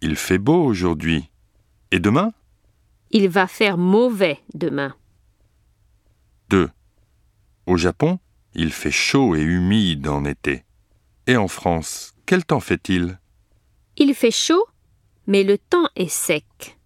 Il fait beau aujourd'hui. Et demain Il va faire mauvais demain. 2. Au Japon, il fait chaud et humide en été. Et en France, quel temps fait-il Il fait chaud, mais le temps est sec.